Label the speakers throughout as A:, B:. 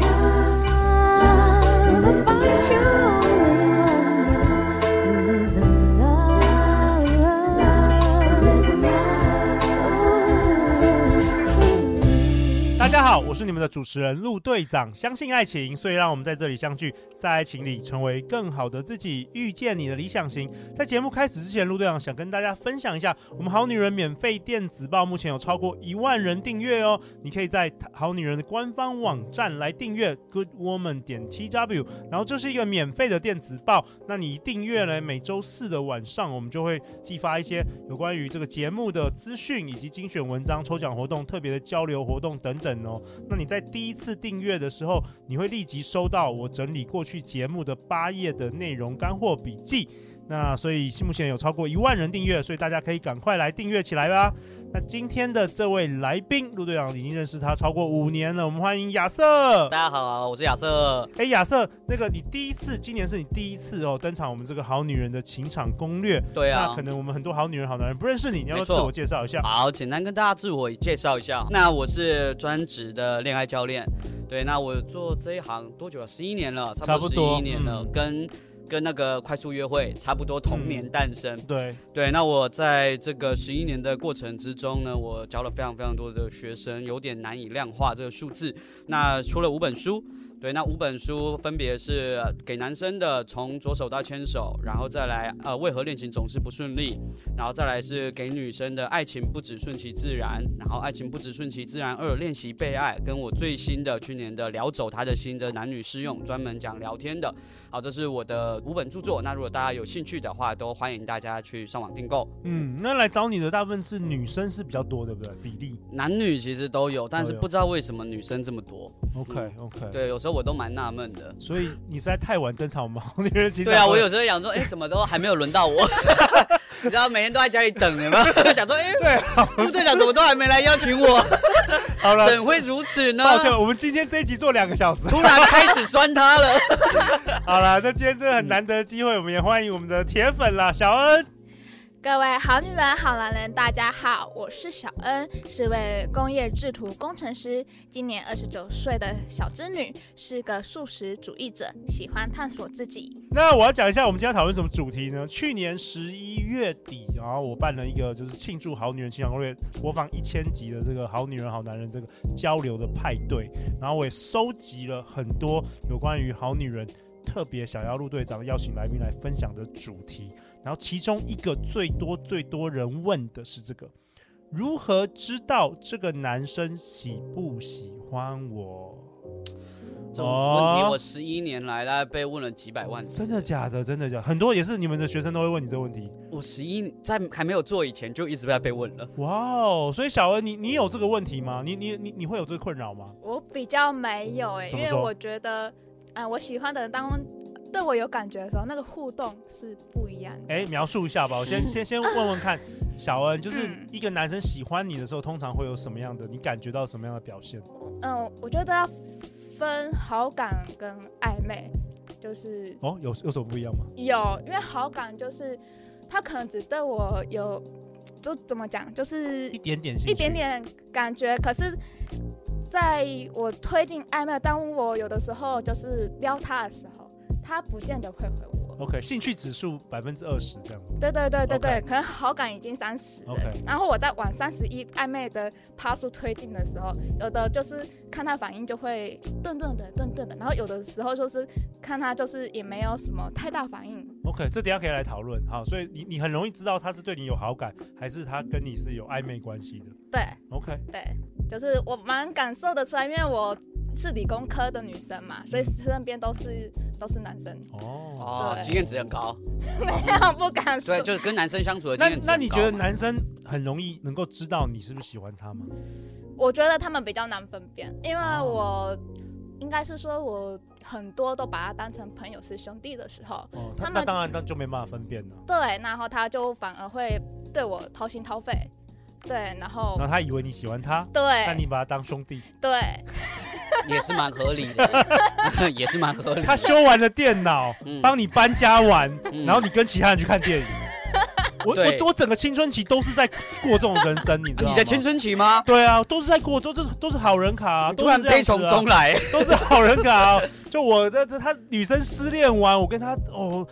A: Love, find you only one. Live in love, live in love.
B: 大家好，我是你们的主持人陆队长。相信爱情，所以让我们在这里相聚，在爱情里成为更好的自己，遇见你的理想型。在节目开始之前，陆队长想跟大家分享一下，我们好女人免费电子报目前有超过一万人订阅哦。你可以在好女人的官方网站来订阅 Good Woman 点 T W，然后这是一个免费的电子报。那你一订阅呢，每周四的晚上，我们就会寄发一些有关于这个节目的资讯，以及精选文章、抽奖活动、特别的交流活动等等哦。那你在第一次订阅的时候，你会立即收到我整理过去节目的八页的内容干货笔记。那所以目前有超过一万人订阅，所以大家可以赶快来订阅起来吧。那今天的这位来宾，陆队长已经认识他超过五年了，我们欢迎亚瑟。
C: 大家好，我是亚瑟。
B: 哎，亚瑟，那个你第一次，今年是你第一次哦登场我们这个好女人的情场攻略。
C: 对
B: 那啊
C: 啊
B: 可，能我们很多好女人、好男人不认识你，你要不要
C: 没
B: 自
C: 错
B: 我介绍一下？
C: 好，简单跟大家自我介绍一下。那我是专职的恋爱教练，对，那我做这一行多久了？十一年了，差
B: 差不
C: 不
B: 多
C: 多十一年了，
B: 嗯
C: 跟跟那个快速约会差不多同年诞生。
B: 对，
C: 对，那我在这个十一年的过程之中呢，我教了非常非常多的学生，有点难以量化这个数字。那出了五本书，对，那五本书分别是呃给男生的《从左手到牵手》，然后再来呃为何恋情总是不顺利，然后再来是给女生的《爱情不只顺其自然》，然后《爱情不只顺其自然二》练习被爱，跟我最新的去年的聊走他的心的男女适用，专门讲聊天的。好，这是我的五本著
B: 嗯
C: 作。那如果大家有兴趣的话，都欢迎大家去上网订购。
B: 嗯，那来找你的大部分是女生是比较多，对不对？比例
C: 男女其实都有，但是
B: 都有
C: 不知道为什么女生这么多。
B: ？OK OK。。
C: 嗯对，有时候我都蛮纳闷的。
B: 所以你是在太晚登场，我们好女人的情场
C: 对啊，
B: 攻
C: 我
B: 略
C: 有时候 想说，哎、怎么都还没有轮到我？ 你知道，每天都在家里等，有没有？想说，哎、
B: 对啊
C: 陆队长怎么都还没来邀请我？
B: 好了，
C: 怎会如此呢？
B: 抱歉，我们今天这一集做两个小时。
C: 突然开始酸他了。
B: 好了，那今天这很难得的机会，我们也欢迎我们的铁粉啦，小恩。
D: 各位好女人、好男人，大家好，我是小恩，是位工业制图工程师，今年二十九岁的小织女，是个素食主义者，喜欢探索自己。
B: 那我要讲一下我们今天讨论什么主题呢？去年十一月底，然后我办了一个就是庆祝《好女人情场攻略》播放一千集的这个《好女人好男人》这个交流的派对，然后我也收集了很多有关于好女人特别想要陆队长邀请来宾来分享的主题，然后其中一个最多最多人问的是这个：如何知道这个男生喜不喜欢我？哦
C: 这种问题我十一年来大概被问了几百万次。
B: 真的假的？真的假的？很多也是你们的学生都会问你这个问题。
C: 我十一在还没有做以前就一直在被问了。
B: 哇哦！所以小恩，你你有这个问题吗？你你你你会有这个困扰吗？
D: 我比较没有哎、
B: 嗯怎
D: 因
B: 么
D: 为
B: 说
D: 我觉得，呃，我喜欢的人当对我有感觉的时候，那个互动是不一样的。
B: 哎，描述一下吧。我先 先先问问看，小恩，就是
D: 嗯
B: 一个男生喜欢你的时候，通常会有什么样的？你感觉到什么样的表现？
D: 嗯，我觉得要分好感跟暧昧，就是
B: 哦，有有什么不一样吗？
D: 有，因为好感就是他可能只对我有，就怎么讲，就是
B: 一点点兴趣，
D: 一点。点感觉，可是在我推进暧昧，当我有的时候就是撩他的时候，他不见得会回我。
B: OK，兴趣指数百分之二十这样子。
D: 对对对对对
B: OK
D: 可能好感已经三十了
B: OK
D: 然后我再往三十一暧昧的趴数推进的时候，有的就是看他反应就会顿顿的顿顿的，然后有的时候就是看他就是也没有什么太大反应，
B: OK，这等一下可以来讨论。好，所以你你很容易知道他是对你有好感，还是他跟你是有暧昧关系的。
D: 对。
B: OK，
D: 对，就是我蛮感受得出来，因为我是理工科的女生嘛，所以身边都是都是男生，
B: 哦，
C: 哦，
D: 对
C: 经验值很高。
D: 没有不敢说
C: 对，。就是跟男生相处的经
B: 那
C: 验值很高。
B: 那你觉得男生很容易能够知道你是不是喜欢他吗？
D: 我觉得他们比较难分辨，因为
B: 哦
D: 我应该是说我很多都把他当成朋友是兄弟的时候，
B: 哦，他
D: 他们
B: 那当然他就没办法分辨了。
D: 对，然后他就反而会对我掏心掏肺，对，然后
B: 然后他以为你喜欢他，但
D: 对
B: 你把他当兄弟。
D: 对，
C: 也是蛮合理 的，也是蛮合理的。
B: 他修完了电脑，
C: 嗯
B: 帮你搬家完，
C: 嗯
B: 然后你跟其他人去看电影。我
C: 对
B: 我我整个青春期都是在过这种人生，你知道吗？
C: 啊你在青春期吗？
B: 对啊，都是在过，都是都是好人卡、啊，
C: 你
B: 都
C: 突
B: 是
C: 然
B: 这样
C: 悲
B: 子啊
C: 从中来，
B: 都是好人卡、啊。就我的他女生失恋完，我跟她哦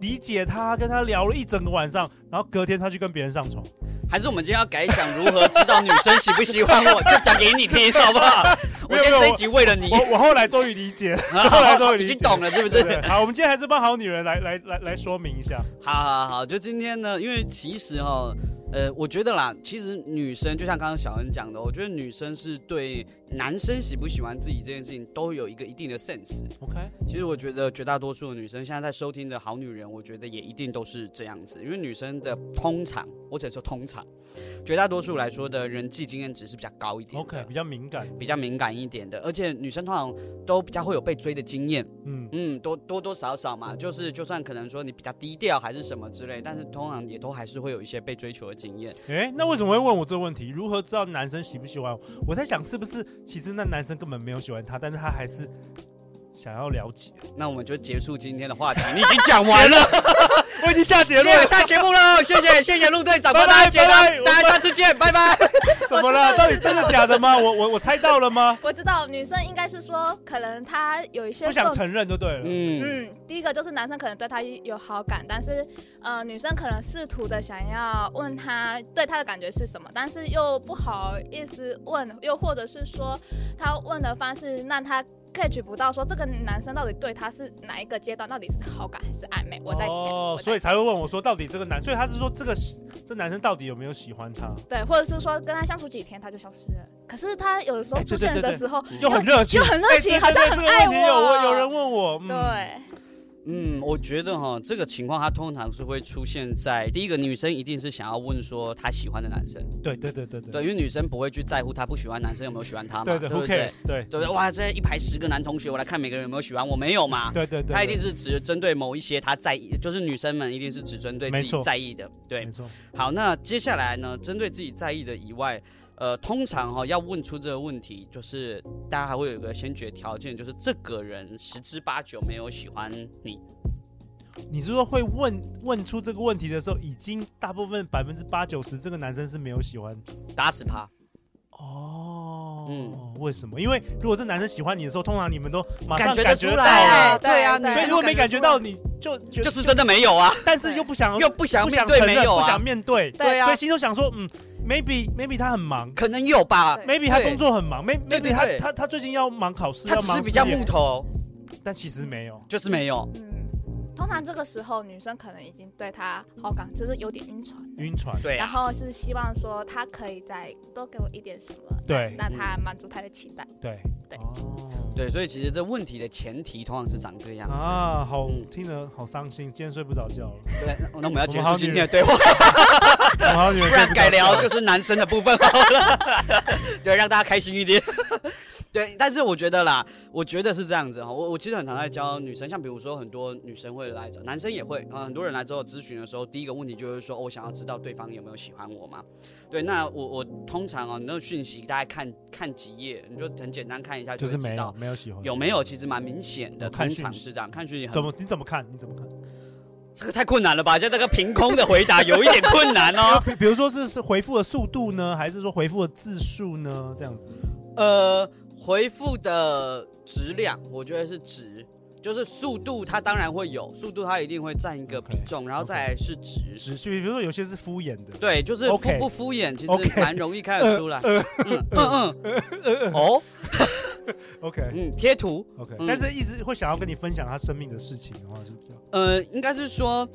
B: 理解她，跟她聊了一整个晚上，然后隔天她去跟别人上 床。
C: 还是我们今天要改讲如何知道女生喜不喜欢我，就讲给你听，好不好？
B: 没
C: 我
B: 有
C: 今
B: 没
C: 天这
B: 有
C: 一集为了你，
B: 我我后来终于理 解，后来终于理
C: 已
B: 解
C: 经懂了，是不
B: 对
C: 是
B: 不？对？好，我们今天还是帮好女人来来来来说明一下。
C: 好好好，就今天呢，因为其实哈，呃，我觉得啦，其实女生就像刚刚小恩讲的，我觉得女生是对男生喜不喜欢自己这件事情都有一个一定的 sense。
B: OK，
C: 其实我觉得绝大多数的女生现在在收听的好女人，我觉得也一定都是这样子，因为女生的通常，我只能说通常，绝大多数来说的人际经验值是比较高一点的
B: OK，比较敏感，
C: 比较敏感一点的，而且女生通常都比较会有被追的经验，
B: 嗯，
C: 嗯，多多多少少嘛，就是就算可能说你比较低调还是什么之类，但是通常也都还是会有一些被追求的经验。
B: 诶，那为什么会问我这个问题？如何知道男生喜不喜欢我？我在想，是不是其实那男生根本没有喜欢她，但是他还是想要了解。
C: 那我们就结束今天的话题，你已经讲 完了，
B: 我已经下结
C: 谢
B: 论
C: 谢
B: 了，
C: 下节目喽，谢谢谢谢陆队长，
B: 拜
C: 帮
B: 拜
C: 大家解
B: 拜拜
C: 答，大家下次见，拜拜。
B: 什么了？到底真的假的吗？我我我猜到了吗？
D: 我知道女生应该是说，可能她有一些
B: 不想
D: 重
B: 承认就对了。
C: 嗯，
D: 嗯，第一个就是男生可能对他有好感，但是呃，女生可能试图的想要问他对他的感觉是什么，但是又不好意思问，又或者是说他问的方式让他 catch 不到，说这个男生到底对他是哪一个阶段，到底是好感还是暧昧？我在想，我
B: 哦，
D: 在
B: 所以才会问我说，到底这个男，所以他是说这个这男生到底有没有喜欢他？
D: 对，或者是说跟他相处几天他就消失了，可是他有时候
B: 哎
D: 出
B: 对对
D: 现
B: 对
D: 的
B: 对
D: 时候
B: 又很热情，
D: 又很热
B: 哎
D: 情
B: 对对
D: 好像
B: 对
D: 很
B: 这个问题
D: 爱
B: 有
D: 我
B: 有人问我，嗯
D: 对，
C: 嗯，我觉得哈，这个情况它通常是会出现在第一个，女生一定是想要问说她喜欢的男生，
B: 对对对对
C: 对，
B: 对
C: 因为女生不会去在乎她不喜欢男生有没有喜欢她嘛，
B: 对
C: 对
B: 对
C: 不
B: ，Who
C: 对？
B: cares？对
C: 对不对？哇，这一排十个男同学，我来看每个人有没有喜欢我，没有嘛？
B: 对对对，
C: 他一定是只针对某一些他在意，就是女生们一定是只针对自
B: 没
C: 己
B: 错
C: 在意的。对
B: 没，错，
C: 好，那接下来呢，针对自己在意的以外，呃，通常哈、要问出这个问题，就是大家还会有一个先决条件，就是这个人十之八九没有喜欢你。
B: 你是说会问问出这个问题的时候，已经大部分百分之八九十这个男生是没有喜欢
C: 打死他，
B: 哦，
C: 嗯
B: 为什么？因为如果这男生喜欢你的时候，通常你们都马上
C: 感觉
B: 感
C: 得
B: 觉
C: 出
B: 到
C: 来啊，
B: 了，
D: 对
C: 对啊，
D: 对
C: 女
B: 所以
C: 生
B: 如果
C: 都
B: 没感觉到，你就就
C: 就是真的没有啊，
B: 但是又不想
C: 又不想
B: 不
C: 面
B: 想
C: 对
B: 承
C: 没
B: 认，
C: 有
B: 不
C: 啊
B: 想，面对，
C: 对啊
B: 所以，心中想说，嗯，maybe maybe 他很忙
C: 可能有吧。
D: 对
B: ，maybe 他
C: 对
B: 工作很忙，maybe
C: 对对
B: maybe 他
C: 对
B: 他他最近要忙考试，
C: 他
B: 要
C: 只是
B: 忙
C: 比较
B: 事业
C: 木头，
B: 但其实没有。
C: 就是没有。
D: 嗯，通常这个时候女生可能已经对他好感，就是有点晕船了。
B: 晕船，
C: 对
D: 然
C: 啊，
D: 后是希望说他可以再多给我一点什么，
B: 对
D: 让他满足他的期待。
B: 对
D: 对
B: 哦
C: 对，所以其实这问题的前提通常是长这个样子。
B: 啊，好
C: 嗯
B: 听得好伤心，今天睡不着觉了。
C: 对，那那我们要结
B: 我们
C: 束
B: 好
C: 今
B: 女
C: 天的对话，
B: 然后你们
C: 不然
B: 睡
C: 改
B: 着觉
C: 聊
B: 了
C: 就是男生的部分好了。 对，让大家开心一点。 对，但是我觉得啦，我觉得是这样子哈。我我其实很常在教女生，像比如说很多女生会来找，男生也会啊、很多人来之后咨询的时候，第一个问题就是说，哦我想要知道对方有没有喜欢我嘛？对，那我我通常哦，你那个讯息大概看看几页，你就很简单看一下
B: 就
C: 会
B: 是
C: 知
B: 没有
C: 道。
B: 没有喜欢，
C: 有没有其实蛮明显的，
B: 我看
C: 通
B: 讯息
C: 常是这样，看讯息很
B: 怎么你怎么看？你怎么看？
C: 这个太困难了吧？现在这个凭空的回答有一点困难哦。
B: 比比如说是是回复的速度呢，还是说回复的字数呢？这样子
C: 呃，回复的质量，我觉得是值，就是速度，它当然会有速度，它一定会占一个比重，然后再来是值。
B: 只是比如说有些是敷衍的，
C: 对，就是敷
B: OK
C: 不敷衍，其
B: OK
C: 实蛮容易看得出来。
B: 呃
C: 嗯嗯嗯，哦，
B: ，OK
C: 嗯，贴图，
B: OK，
C: 嗯
B: 但是一直会想要跟你分享他生命的事情的话，是比较
C: 呃，应该是说，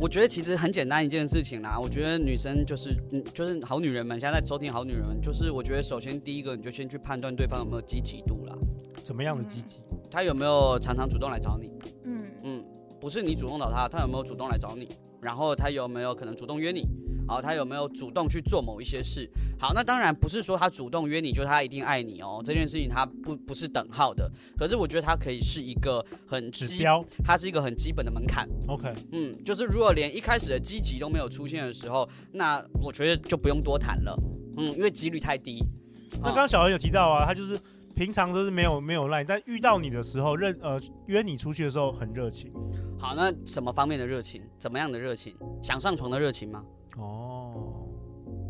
C: 我觉得其实很简单一件事情啦。我觉得女生就是，嗯，就是好女人们，现在在收听好女人们，就是我觉得首先第一个，你就先去判断对方有没有积极度啦，
B: 怎么样的积极？
C: 他有没有常常主动来找你。
D: 嗯，
C: 嗯，不是你主动找他，他有没有主动来找你？然后他有没有可能主动约你？好，他有没有主动去做某一些事？好，那当然不是说他主动约你就他一定爱你哦，这件事情他不不是等号的。可是我觉得他可以是一个很
B: 指
C: 基，
B: 标
C: 它是一个很基本的门槛。
B: OK，
C: 嗯，就是如果连一开始的积极都没有出现的时候，那我觉得就不用多谈了。嗯，因为几率太低。嗯
B: 那刚刚小恩有提到啊，他就是平常都是没有没有赖，但遇到你的时候认呃约你出去的时候很热情，
C: 好，那什么方面的热情？怎么样的热情？想上床的热情吗？
B: 哦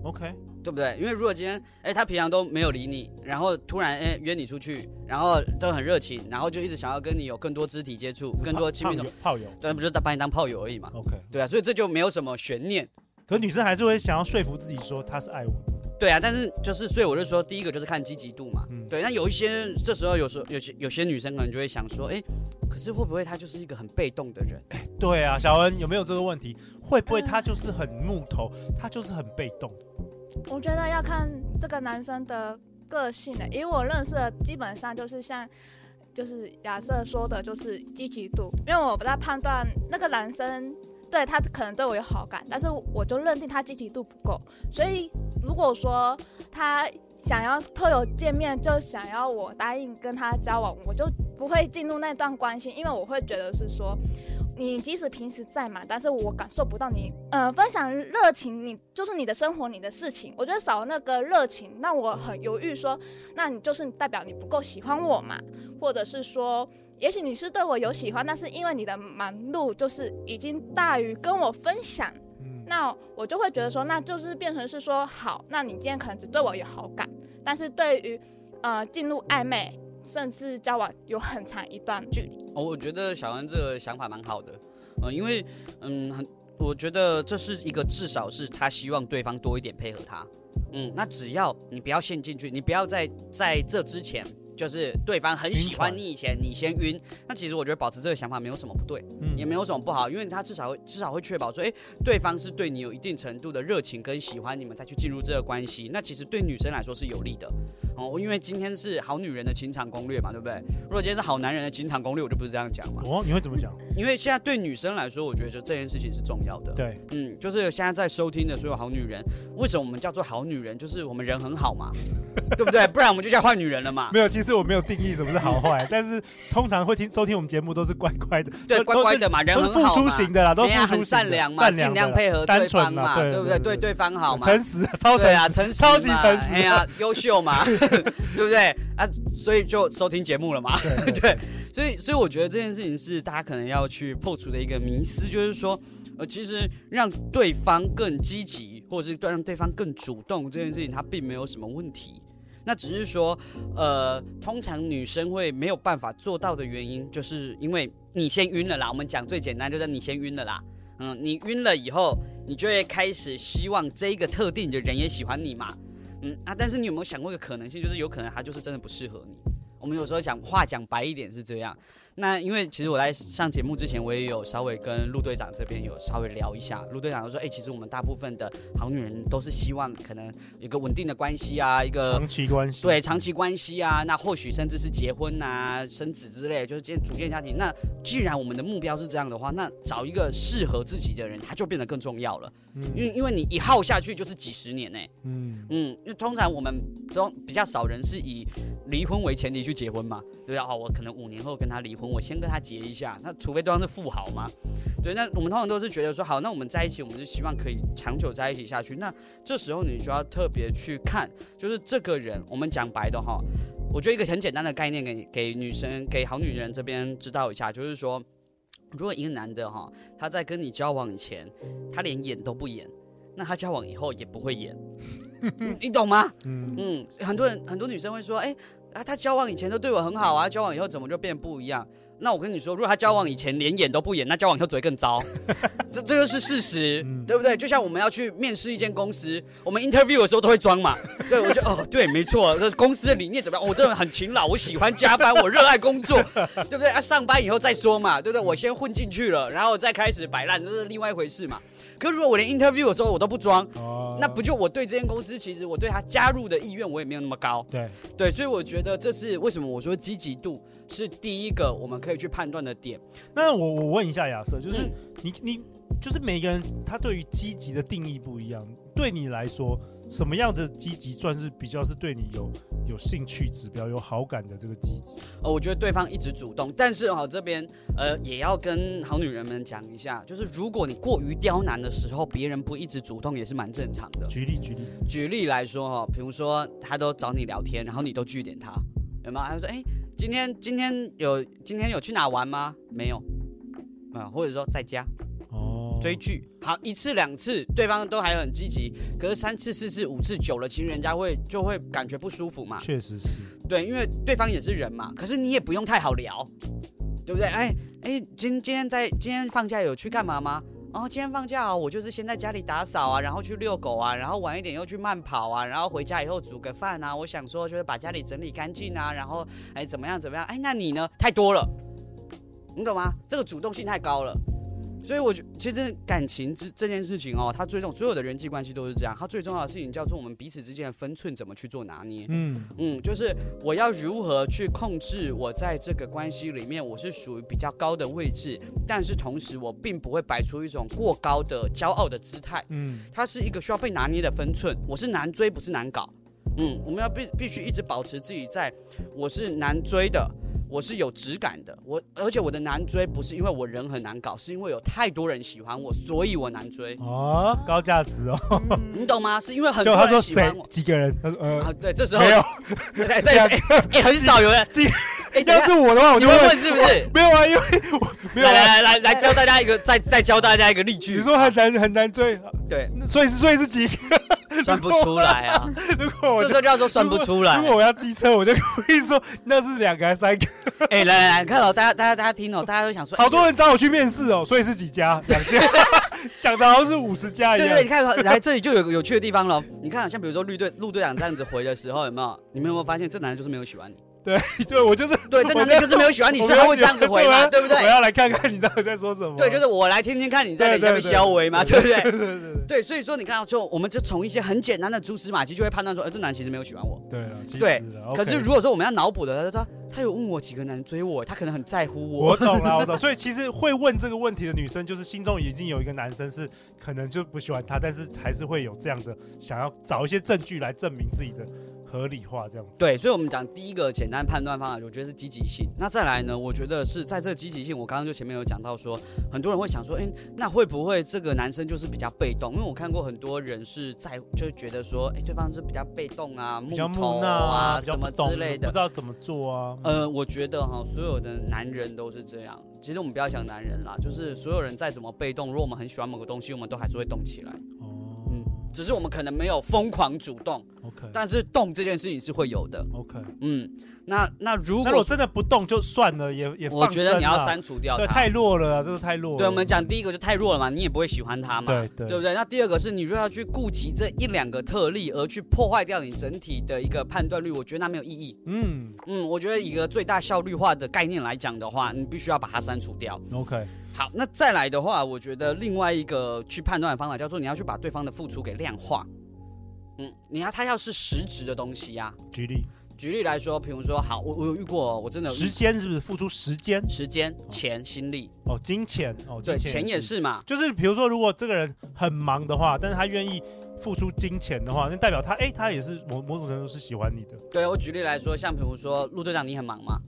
B: ，OK，
C: 对不对？因为如果今天，哎，他平常都没有理你，然后突然哎约你出去，然后都很热情，然后就一直想要跟你有更多肢体接触，更多亲密
B: 炮
C: 的，
B: 友炮友
C: 但不就把你当炮友而已嘛？
B: ，OK。
C: 对啊，所以这就没有什么悬念。
B: 可女生还是会想要说服自己说她是爱我的，
C: 对啊，但是就是，所以我就说，第一个就是看积极度嘛。
B: 嗯
C: 对，那有一些这时候有时候有些有些女生可能就会想说，哎，可是会不会她就是一个很被动的人？
B: 对啊，小恩有没有这个问题？会不会她就是很木头，她就是很被动？
D: 我觉得要看这个男生的个性的，因为我认识的基本上就是像，就是亚瑟说的，就是积极度。因为我不太判断那个男生对他可能对我有好感，但是我就认定他积极度不够。所以如果说他想要特有见面，就想要我答应跟他交往，我就不会进入那段关系，因为我会觉得是说。你即使平时再忙，但是我感受不到你，呃，分享热情，你就是你的生活，你的事情，我觉得少了那个热情，让我很犹豫说，那你就是代表你不够喜欢我嘛，或者是说，也许你是对我有喜欢，但是因为你的忙碌就是已经大于跟我分享，
B: 嗯，
D: 那我就会觉得说，那就是变成是说，好，那你今天可能只对我有好感，但是对于，呃，进入暧昧甚至交往有很长一段距离。
C: 哦，我觉得小恩这个想法蛮好的，呃，因为嗯，很，我觉得这是一个至少是他希望对方多一点配合他，嗯，那只要你不要陷进去，你不要在在这之前。就是对方很喜欢你以前，你先晕。那其实我觉得保持这个想法没有什么不对，
B: 嗯
C: 也没有什么不好，因为他至少会至少会确保说，哎，对方是对你有一定程度的热情跟喜欢，你们再去进入这个关系。那其实对女生来说是有利的哦，因为今天是好女人的情场攻略嘛，对不对？如果今天是好男人的情场攻略，我就不是这样讲嘛。
B: 哦，你会怎么讲？
C: 因为现在对女生来说，我觉得这件事情是重要的。
B: 对，
C: 嗯，就是现在在收听的所有好女人，为什么我们叫做好女人？就是我们人很好嘛，对不对？不然我们就叫坏女人了嘛。
B: 没有，其实我没有定义什么是好坏，但是通常会听收听我们节目都是乖乖的，
C: 对，
B: 都
C: 乖乖的嘛，人
B: 都是
C: 很
B: 付
C: 好
B: 出
C: 嘛。
B: 型的啦，都
C: 对
B: 是
C: 呀，
B: 付出
C: 很
B: 型的
C: 善良嘛，
B: 善良的
C: 尽量配合
B: 单
C: 对
B: 纯
C: 方
B: 的
C: 嘛，对不对？对对方好嘛，
B: 诚实，超诚
C: 对啊，
B: 实，
C: 诚实嘛，
B: 超级诚实
C: 哎呀，优秀嘛，对不对？啊，所以就收听节目了嘛。
B: 对啊
C: 对，所以所以我觉得这件事情是大家可能要去破除的一个迷思，就是说，呃，其实让对方更积极，或者是让对方更主动这件事情，它并没有什么问题。那只是说，呃，通常女生会没有办法做到的原因，就是因为你先晕了啦。我们讲最简单，就是你先晕了啦。嗯，你晕了以后，你就会开始希望这一个特定的人也喜欢你嘛。嗯啊，但是你有没有想过一个可能性，就是有可能他就是真的不适合你。我们有时候讲话讲白一点是这样。那因为其实我在上节目之前，我也有稍微跟陆队长这边有稍微聊一下。陆队长就说：“哎、其实我们大部分的好女人都是希望可能有个稳定的关系啊，一个
B: 长期关系，
C: 对长期关系啊，那或许甚至是结婚啊、生子之类，就是建组建家庭。那既然我们的目标是这样的话，那找一个适合自己的人，他就变得更重要了。因
B: 嗯
C: 为因为你一耗下去就是几十年呢、
B: 嗯，
C: 嗯，因为通常我们中比较少人是以离婚为前提去结婚嘛，对不对？哦，我可能五年后跟他离婚，我先跟他结一下，那除非对方是富豪嘛，对。那我们通常都是觉得说，好，那我们在一起，我们就希望可以长久在一起下去。那这时候你就要特别去看，就是这个人，我们讲白的哈，我觉得一个很简单的概念给给女生、给好女人这边知道一下，就是说，如果一个男的哈，他在跟你交往以前，他连演都不演，那他交往以后也不会演。嗯你懂吗？
B: 嗯
C: 嗯，很多人很多女生会说，哎、啊，他交往以前都对我很好啊，交往以后怎么就变不一样？那我跟你说，如果他交往以前连演都不演，那交往以后只会更糟， 这这就是事实，
B: 嗯
C: 对不对？就像我们要去面试一间公司，我们 interview 的时候都会装 嘛，对，我就哦，对，没错，这公司的理念怎么样？我这个人很勤劳，我喜欢加班，我热爱工作，对不对？啊，上班以后再说嘛，对不对？我先混进去了，然后再开始摆烂，这是另外一回事嘛。可如果我连 interview 的时候我都不装，
B: 哦
C: 那不就我对这间公司，其实我对他加入的意愿我也没有那么高，
B: 对，
C: 对，所以我觉得这是为什么我说积极度是第一个我们可以去判断的点。
B: 那我我问一下亚瑟，就是
C: 嗯
B: 你你就是每个人他对于积极的定义不一样，对你来说，什么样的积极算是比较是对你有有兴趣指标、有好感的这个积极？
C: 呃，我觉得对方一直主动，但是哈、这边呃也要跟好女人们讲一下，就是如果你过于刁难的时候，别人不一直主动也是蛮正常的。
B: 举例举例，
C: 举例来说哈、比如说他都找你聊天，然后你都拒点他，有没有？他就说哎，今天今天有今天有去哪玩吗？没有。啊、或者说在家
B: 哦，
C: 追剧。好，一次两次对方都还很积极，可是三次、四次、五次久了，其实人家会就会感觉不舒服嘛。
B: 确实 是，
C: 对，因为对方也是人嘛，可是你也不用太好聊，对不对？哎哎，今今天在今天放假有去干嘛吗？哦，今天放假啊、我就是先在家里打扫啊，然后去遛狗啊，然后晚一点又去慢跑啊，然后回家以后煮个饭啊。我想说就是把家里整理干净啊，然后哎怎么样怎么样？哎，那你呢？太多了，你懂吗？这个主动性太高了。所以我觉其实感情这这件事情哦，它最重所有的人际关系都是这样，它最重要的事情叫做我们彼此之间的分寸怎么去做拿捏。
B: 嗯，
C: 嗯，就是我要如何去控制我在这个关系里面，我是属于比较高的位置，但是同时我并不会摆出一种过高的骄傲的姿态，
B: 嗯，
C: 它是一个需要被拿捏的分寸。我是难追，不是难搞。嗯，我们要必必须一直保持自己在，我是难追的，我是有质感的，我而且我的难追不是因为我人很难搞，是因为有太多人喜欢我，所以我难追。
B: 哦，高价值哦，
C: 你懂吗？是因 为很
B: 就
C: 多
B: 他说
C: 人喜
B: 谁
C: 欢我。
B: 几个人，他说呃
C: 啊，对，这时候
B: 没 有，
C: 对 对对，哎、 哎很少有人
B: 这。
C: 哎、等
B: 要
C: 一下
B: 是我的话我
C: 你
B: 就
C: 会
B: 会
C: 问是不是？
B: 没有啊，因为我没有
C: 来
B: 啊，
C: 来来来来，教大家一个，再再教大家一个例句。
B: 你说很难很难追，
C: 对，
B: 那所以是所以是几个？
C: 算不出来啊，
B: 如果 我
C: 这就叫做算不出来
B: 如。果我要机车，我就故意说那是两个还是三个？
C: 哎，来来来，你看哦，大家大家大家听哦，大家都想说，
B: 好多
C: 哎。
B: 人找我去面试哦，所以是几 家？两家， 想的好像是五十家一
C: 对
B: 样。
C: 对，你看，哦来这里就有个有趣的地方了。你看，像比如说绿队陆队长这样子回的时候，有没有？你们有没有发现这男人就是没有喜欢你？
B: 对，我就是
C: 对，这男人就是没 有喜欢你，
B: 我
C: 所
B: 没
C: 以
B: 有
C: 他会这样子回
B: 我
C: 嘛，
B: 要
C: 对不
B: 我
C: 对？
B: 要来看看你到底在说什么。
C: 对，就是我来听听看你在底下被消围嘛，对不对？
B: 对对对
C: 对，所以说你看，就我们就从一些很简单的蛛丝马迹就会判断说，哎，这男人其实没有喜欢我。
B: 对了，其实
C: 对
B: 了
C: 可是
B: OK
C: 如果说我们要脑补的，他就说他有问我几个男人追我，他可能很在乎我。
B: 我懂了，我懂。所以其实会问这个问题的女生，就是心中已经有一个男生是可能就不喜欢她，但是还是会有这样的想要找一些证据来证明自己的合理化，这样子。
C: 对，所以我们讲第一个简单判断方法，我觉得是积极性。那再来呢，我觉得是在这个积极性，我刚刚就前面有讲到说，很多人会想说，哎，那会不会这个男生就是比较被动？因为我看过很多人是在就是觉得说，哎，对方是比较被动啊，
B: 比
C: 木
B: 较木
C: 头
B: 讷
C: 啊
B: 比较
C: 什么
B: 不懂
C: 之类
B: 不
C: 的
B: 知。道怎么做啊。
C: 呃，我觉得哈，所有的男人都是这样。其实我们不要讲男人啦，就是所有人再怎么被动，如果我们很喜欢某个东西，我们都还是会动起来。
B: 哦，
C: 嗯，只是我们可能没有疯狂主动，
B: ，OK
C: 但是动这件事情是会有的。
B: OK。
C: 嗯，那那如
B: 那如果
C: 果
B: 真的不动就算了，也也
C: 我
B: 放
C: 觉得你
B: 生啊
C: 要
B: 啦
C: 删除掉
B: 对，
C: 它
B: 太。弱了啊，这个太弱了。
C: 对，我们讲第一个就太弱了嘛，你也不会喜欢他嘛，
B: 对对
C: 不对？那第二个是你如果要去顾及这一两个特例，而去破坏掉你整体的一个判断率，我觉得那没有意义。
B: 嗯
C: 嗯，我觉得以一个最大效率化的概念来讲的话，你必须要把它删除掉。
B: ，OK，
C: 好，那再来的话，我觉得另外一个去判断的方法叫做你要去把对方的付出给量化。嗯，你要他要是实质的东西啊呀、
B: 举例，
C: 举例来说，比如说，好，我我有遇过哦，我真的有遇
B: 时间是不是付出时间？
C: 时间、钱、心力，
B: 哦，金钱哦，
C: 对，
B: 金
C: 钱也
B: 是。
C: 是嘛，
B: 就是比如说，如果这个人很忙的话，但是他愿意付出金钱的话，那代表他哎、他也是某某种程度是喜欢你的。
C: 对我举例来说，像比如说陆队长，你很忙嘛，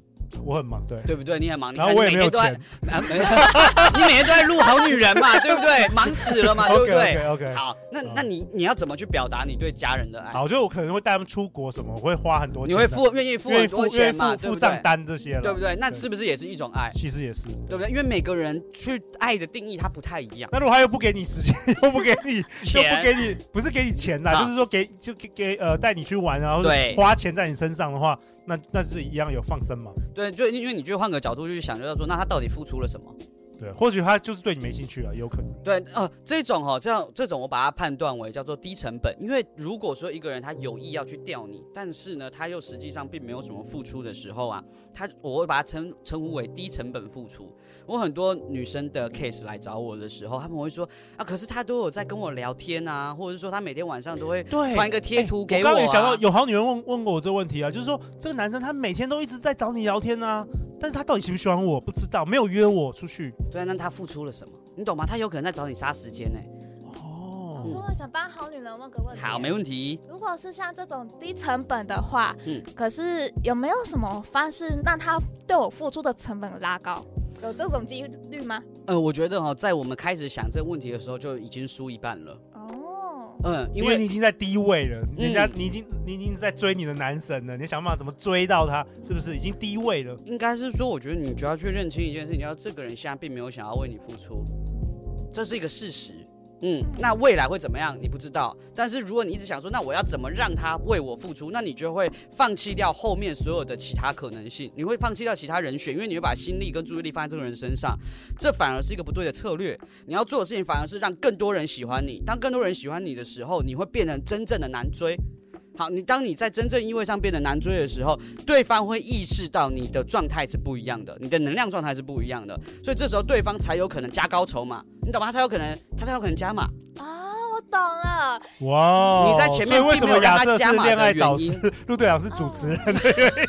B: 我很忙，对。
C: 对不对？你很忙，你
B: 然
C: 看
B: 后
C: 你
B: 我也
C: 每
B: 没有
C: 天都在
B: 钱，
C: 啊没有 你每天都在录好女人 嘛，对不对？忙死了嘛，啊对不
B: OK OK
C: 对？
B: OK。
C: 好，那
B: 好
C: 那你你要怎么去表达你对家人的
B: 嗯
C: 爱？
B: 好，就我可能会带他们出国什么，我会花很多
C: 你
B: 钱。
C: 会付愿意付
B: 愿
C: 很
B: 意
C: 多
B: 付
C: 钱
B: 愿意
C: 嘛，
B: 付
C: 对
B: 付
C: 不对
B: 账？单这些了，
C: 对不对？那
B: 对
C: 是不是也是一种爱？
B: 其实也是，
C: 对不对？因为每个人去爱的定义它不太一样。
B: 那如果他又不给你时间， 又不给你，又
C: 钱
B: 不给你，不是给你钱啦，
C: 啊
B: 就是说给就给给呃带你去玩啊，然后
C: 对
B: 花钱在你身上的话，那那是一样有放生嘛？
C: 对，就因为你去换个角度去想，就要说，那他到底付出了什么？
B: 对，或许他就是对你没兴趣啊，有可能。
C: 对，呃，这种哦，这样这种我把它判断为叫做低成本，因为如果说一个人他有意要去钓你，但是呢，他又实际上并没有什么付出的时候啊，他我会把它称称呼为低成本付出。我很多女生的 case 来找我的时候，他们会说啊，可是他都有在跟我聊天啊，或者是说他每天晚上都会
B: 对
C: 传一个贴图给
B: 哎我刚
C: 啊
B: 刚也想到有好女人问问过我这个问题啊，就是说这个男生他每天都一直在找你聊天啊，但是他到底喜不喜欢我不知道，没有约我出去。
C: 对，啊那他付出了什么？你懂吗？他有可能在找你杀时间呢、
D: 老
B: 哦
D: 师，我想帮好女人问个问题。
C: 好，没问题。
D: 如果是像这种低成本的话，
C: 嗯
D: 可是有没有什么方式让他对我付出的成本拉高？有这种几率吗？
C: 呃，我觉得哈、在我们开始想这个问题的时候，就已经输一半了。
D: 哦，
C: 嗯，因
B: 因
C: 为
B: 为你已经在低位了，人家
C: 嗯
B: 你已经你已经在追你的男神了，你想办法怎么追到他，是不是已经低位了？
C: 应该是说，我觉得你就要去认清一件事情，要这个人现在并没有想要为你付出，这是一个事实。嗯，那未来会怎么样，你不知道。但是如果你一直想说，那我要怎么让他为我付出，那你就会放弃掉后面所有的其他可能性，你会放弃掉其他人选，因为你会把心力跟注意力放在这个人身上，这反而是一个不对的策略。你要做的事情反而是让更多人喜欢你。当更多人喜欢你的时候，你会变成真正的难追。好，你当你在真正意味上变得难追的时候，对方会意识到你的状态是不一样的，你的能量状态是不一样的，所以这时候对方才有可能加高筹码，你懂吗？他才有可能，他才有可能加码。
D: 哦，我懂了，
B: 哇哦！
C: 你在前
B: 所
C: 面
B: 以为什么亚瑟
C: 并
B: 是
C: 没有
B: 恋
C: 让他加码
B: 爱
C: 的
B: 导
C: 原因
B: 师， 陆队长是主持人的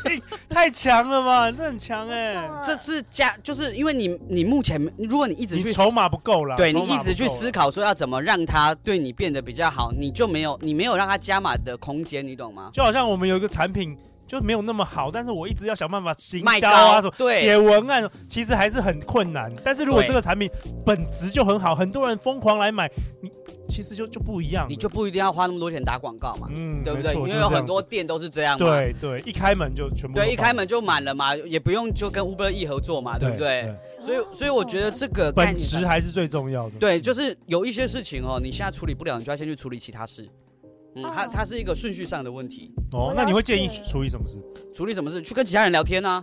B: 原因？太强了
C: 哦
B: 嘛，这很强哎、
D: 懂
C: 嗯
D: 了
C: 这是加，就是因为你你目前，如果你一直
B: 你
C: 去
B: 筹码不够了，
C: 对你
B: 筹码
C: 一
B: 不
C: 直去
B: 够啦
C: 思考说要怎么让他对你变得比较好，你就没有你没有让他加码的空间，你懂吗？
B: 就好像我们有一个产品就没有那么好，但是我一直要想办法行
C: 卖
B: 销啊
C: 高
B: 什么，
C: 对
B: 写文案，其实还是很困难。但是如果
C: 对
B: 这个产品本质就很好，很多人疯狂来买，你其实就就不一样了，
C: 你就不一定要花那么多钱打广告嘛，
B: 嗯
C: 对不
B: 没
C: 对？
B: 错
C: 因
B: 就
C: 为
B: 是
C: 有
B: 这
C: 很
B: 样
C: 多店都是这样嘛。
B: 对对，一开门就全部
C: 对，
B: 都
C: 一开
B: 爆
C: 门就满了嘛，也不用就跟 Uber E 合作嘛，对不对？所以，所以我觉得这个概
B: 本
C: 念
B: 质还是最重要的。
C: 对，就是有一些事情哦，你现在处理不了，你就要先去处理其他事。嗯，它
D: 哦
C: 它是一个顺序上的问题。
B: 哦
D: 我，
B: 那你会
D: 了解
B: 建议处理什么事？
C: 处理什么事？去跟其他人聊天啊。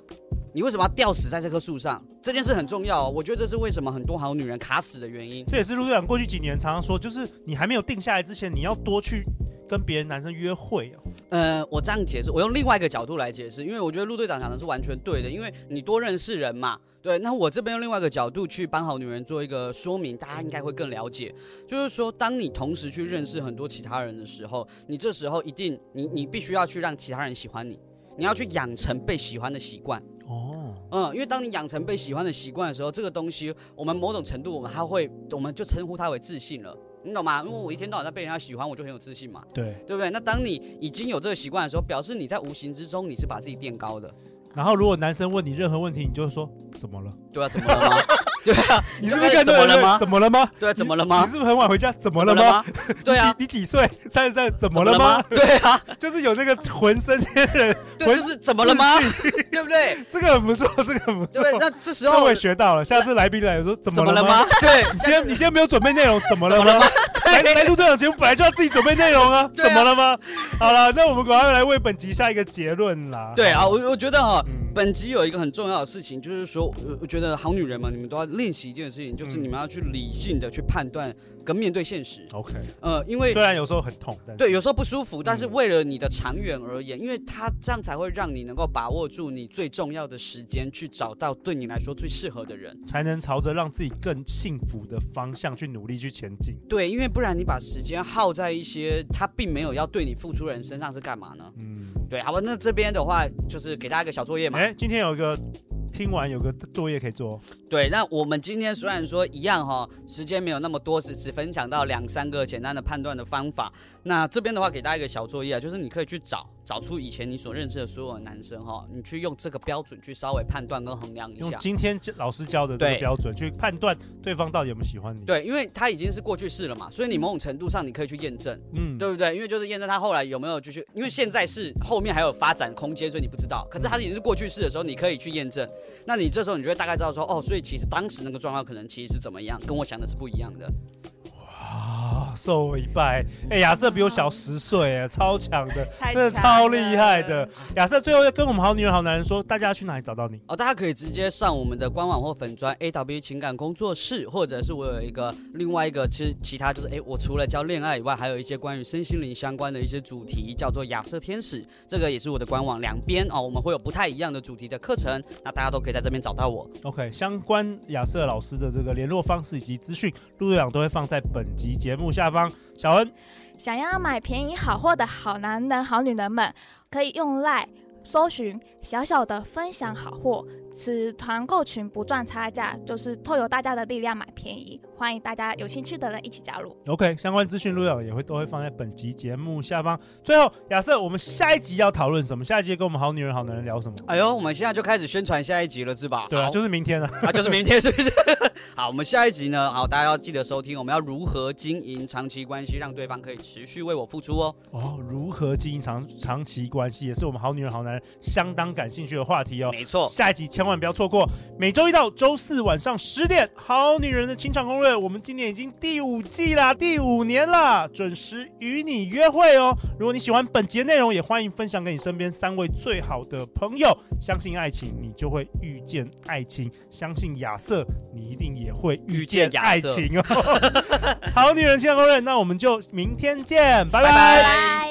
C: 你为什么要吊死在这棵树上？这件事很重要、哦，我觉得这是为什么很多好女人卡死的原因。
B: 这也是陆队长过去几年常常说，就是你还没有定下来之前，你要多去跟别人男生约会哦。
C: 呃，我这样解释，我用另外一个角度来解释，因为我觉得陆队长讲的是完全对的，因为你多认识人嘛。对，那我这边用另外一个角度去帮好女人做一个说明，大家应该会更了解。就是说，当你同时去认识很多其他人的时候，你这时候一定，你你必须要去让其他人喜欢你，你要去养成被喜欢的习惯。
B: 哦，
C: 嗯，因为当你养成被喜欢的习惯的时候，这个东西我们某种程度我们还会，我们就称呼它为自信了，你懂吗？因为我一天到晚在被人家喜欢，我就很有自信嘛，
B: 对。
C: 对不对？那当你已经有这个习惯的时候，表示你在无形之中你是把自己垫高的，
B: 然后如果男生问你任何问题，你就说怎么了？
C: 对啊，怎么了 吗？对啊，
B: 你是不
C: 刚
B: 是
C: 才
B: 看
C: 怎
B: 到
C: 么
B: 有
C: 了
B: 人
C: 吗？
B: 怎么了吗？
C: 对啊，怎么了
B: 你
C: 吗？
B: 是不是很晚回家？怎么
C: 怎
B: 了吗？？
C: 对啊，
B: 你几岁？三十三？怎么
C: 怎
B: 了吗？？
C: 对啊，
B: 就是有那个浑身天人，
C: 对，啊
B: 我
C: 就是怎么了吗？ 对不对？
B: 这个很不错，这个很不
C: 对
B: 错
C: 不。对？那这时
B: 这
C: 候
B: 我也学到了，下次来宾来我说怎
C: 怎
B: 么
C: 么
B: 了
C: 了
B: 吗？
C: 吗？对，
B: 你今天你今天没有准备内容，怎么了吗？来来陆队长节目本来就要自己准备内容啊，
C: 对啊
B: 怎么了吗？好了，那我们赶快来为本集下一个结论啦。
C: 对啊，我我觉得哈，
B: 嗯，
C: 本集有一个很重要的事情，就是说，我我觉得好女人们，你们都要练习一件事情，就是
B: 嗯
C: 你们要去理性的去判断跟面对现实。
B: OK，
C: 呃，因为
B: 虽然有时候很痛，但是
C: 对有时候不舒服，但是
B: 嗯
C: 为了你的长远而言，因为它这样才会让你能够把握住你最重要的时间，去找到对你来说最适合的人。
B: 才能朝着让自己更幸福的方向去努力去前进。
C: 对，因为不然你把时间耗在一些他并没有要对你付出的人身上是干嘛呢？
B: 嗯，
C: 对，好吧，那这边的话就是给大家一个小作业嘛。
B: 哎、今天有一个听完有个作业可以做哦，
C: 对，那我们今天虽然说一样哈、时间没有那么多，是只分享到两三个简单的判断的方法。那这边的话，给大家一个小作业啊，就是你可以去找找出以前你所认识的所有的男生哈、你去用这个标准去稍微判断跟衡量一
B: 用
C: 下。
B: 今天教老师教的这个
C: 对
B: 标准去判断对方到底有没有喜欢你。，
C: 对，因为他已经是过去式了嘛，所以你某种程度上你可以去验证，
B: 嗯，
C: 对不对？因为就是验证他后来有没有继续，因为现在是后面还有发展空间，所以你不知道。可是他已经是过去式的时候，你可以去验证。那你这时候你就会大概知道说，哦，所以其实当时那个状况可能其实是怎么样，跟我想的是不一样的。
B: 啊，受我一拜。哎、亚瑟比我小十岁，哎，超强的，
D: 太
B: 真的
D: 强
B: 超厉害
D: 了
B: 的。。亚瑟最后要跟我们好女人、好男人说，大家要去哪里找到你？
C: 哦，大家可以直接上我们的官网或粉专 A W 情感工作室，或者是我有一个另外一个，其实其他就是，诶，我除了教恋爱以外，还有一些关于身心灵相关的一些主题，叫做亚瑟天使，这个也是我的官网两边哦，我们会有不太一样的主题的课程，那大家都可以在这边找到我。
B: OK，相关亚瑟老师的这个联络方式以及资讯，陆队长都会放在本集节目下方。小恩，
D: 想要买便宜好货的好男人、好女人们，可以用赖搜寻“小小的分享好货”，此团购群不赚差价，就是透有大家的力量买便宜。欢迎大家有兴趣的人一起加入。
B: OK，相关资讯陆导也会都会放在本集节目下方。最后，亚瑟，我们下一集要讨论什么？下一集跟我们好女人、好男人聊什么？
C: 哎呦，我们现在就开始宣传下一集了，是吧？
B: 对啊，
C: 好
B: 就是明天啊。
C: 啊，就是明天，是不是？ 好，我们下一集呢，哦好，大家要记得收听，我们要如何经营长期关系，让对方可以持续为我付出哦。
B: 哦，如何经营长长期关系，也是我们好女人好男人相当感兴趣的话题哦。
C: 没错，
B: 下一集千万不要错过，每周一到周四晚上十点，《好女人的情场攻略》，我们今年已经第五季啦，第五年啦，准时与你约会哦。如果你喜欢本节内容，也欢迎分享给你身边三位最好的朋友。相信爱情，你就会遇见爱情；相信亚瑟，你一定也会遇
C: 遇见
B: 见
C: 亚
B: 爱
C: 瑟
B: 情哦。好女人情场攻略，那我们就明天见，拜
C: 拜
B: 拜
D: 拜。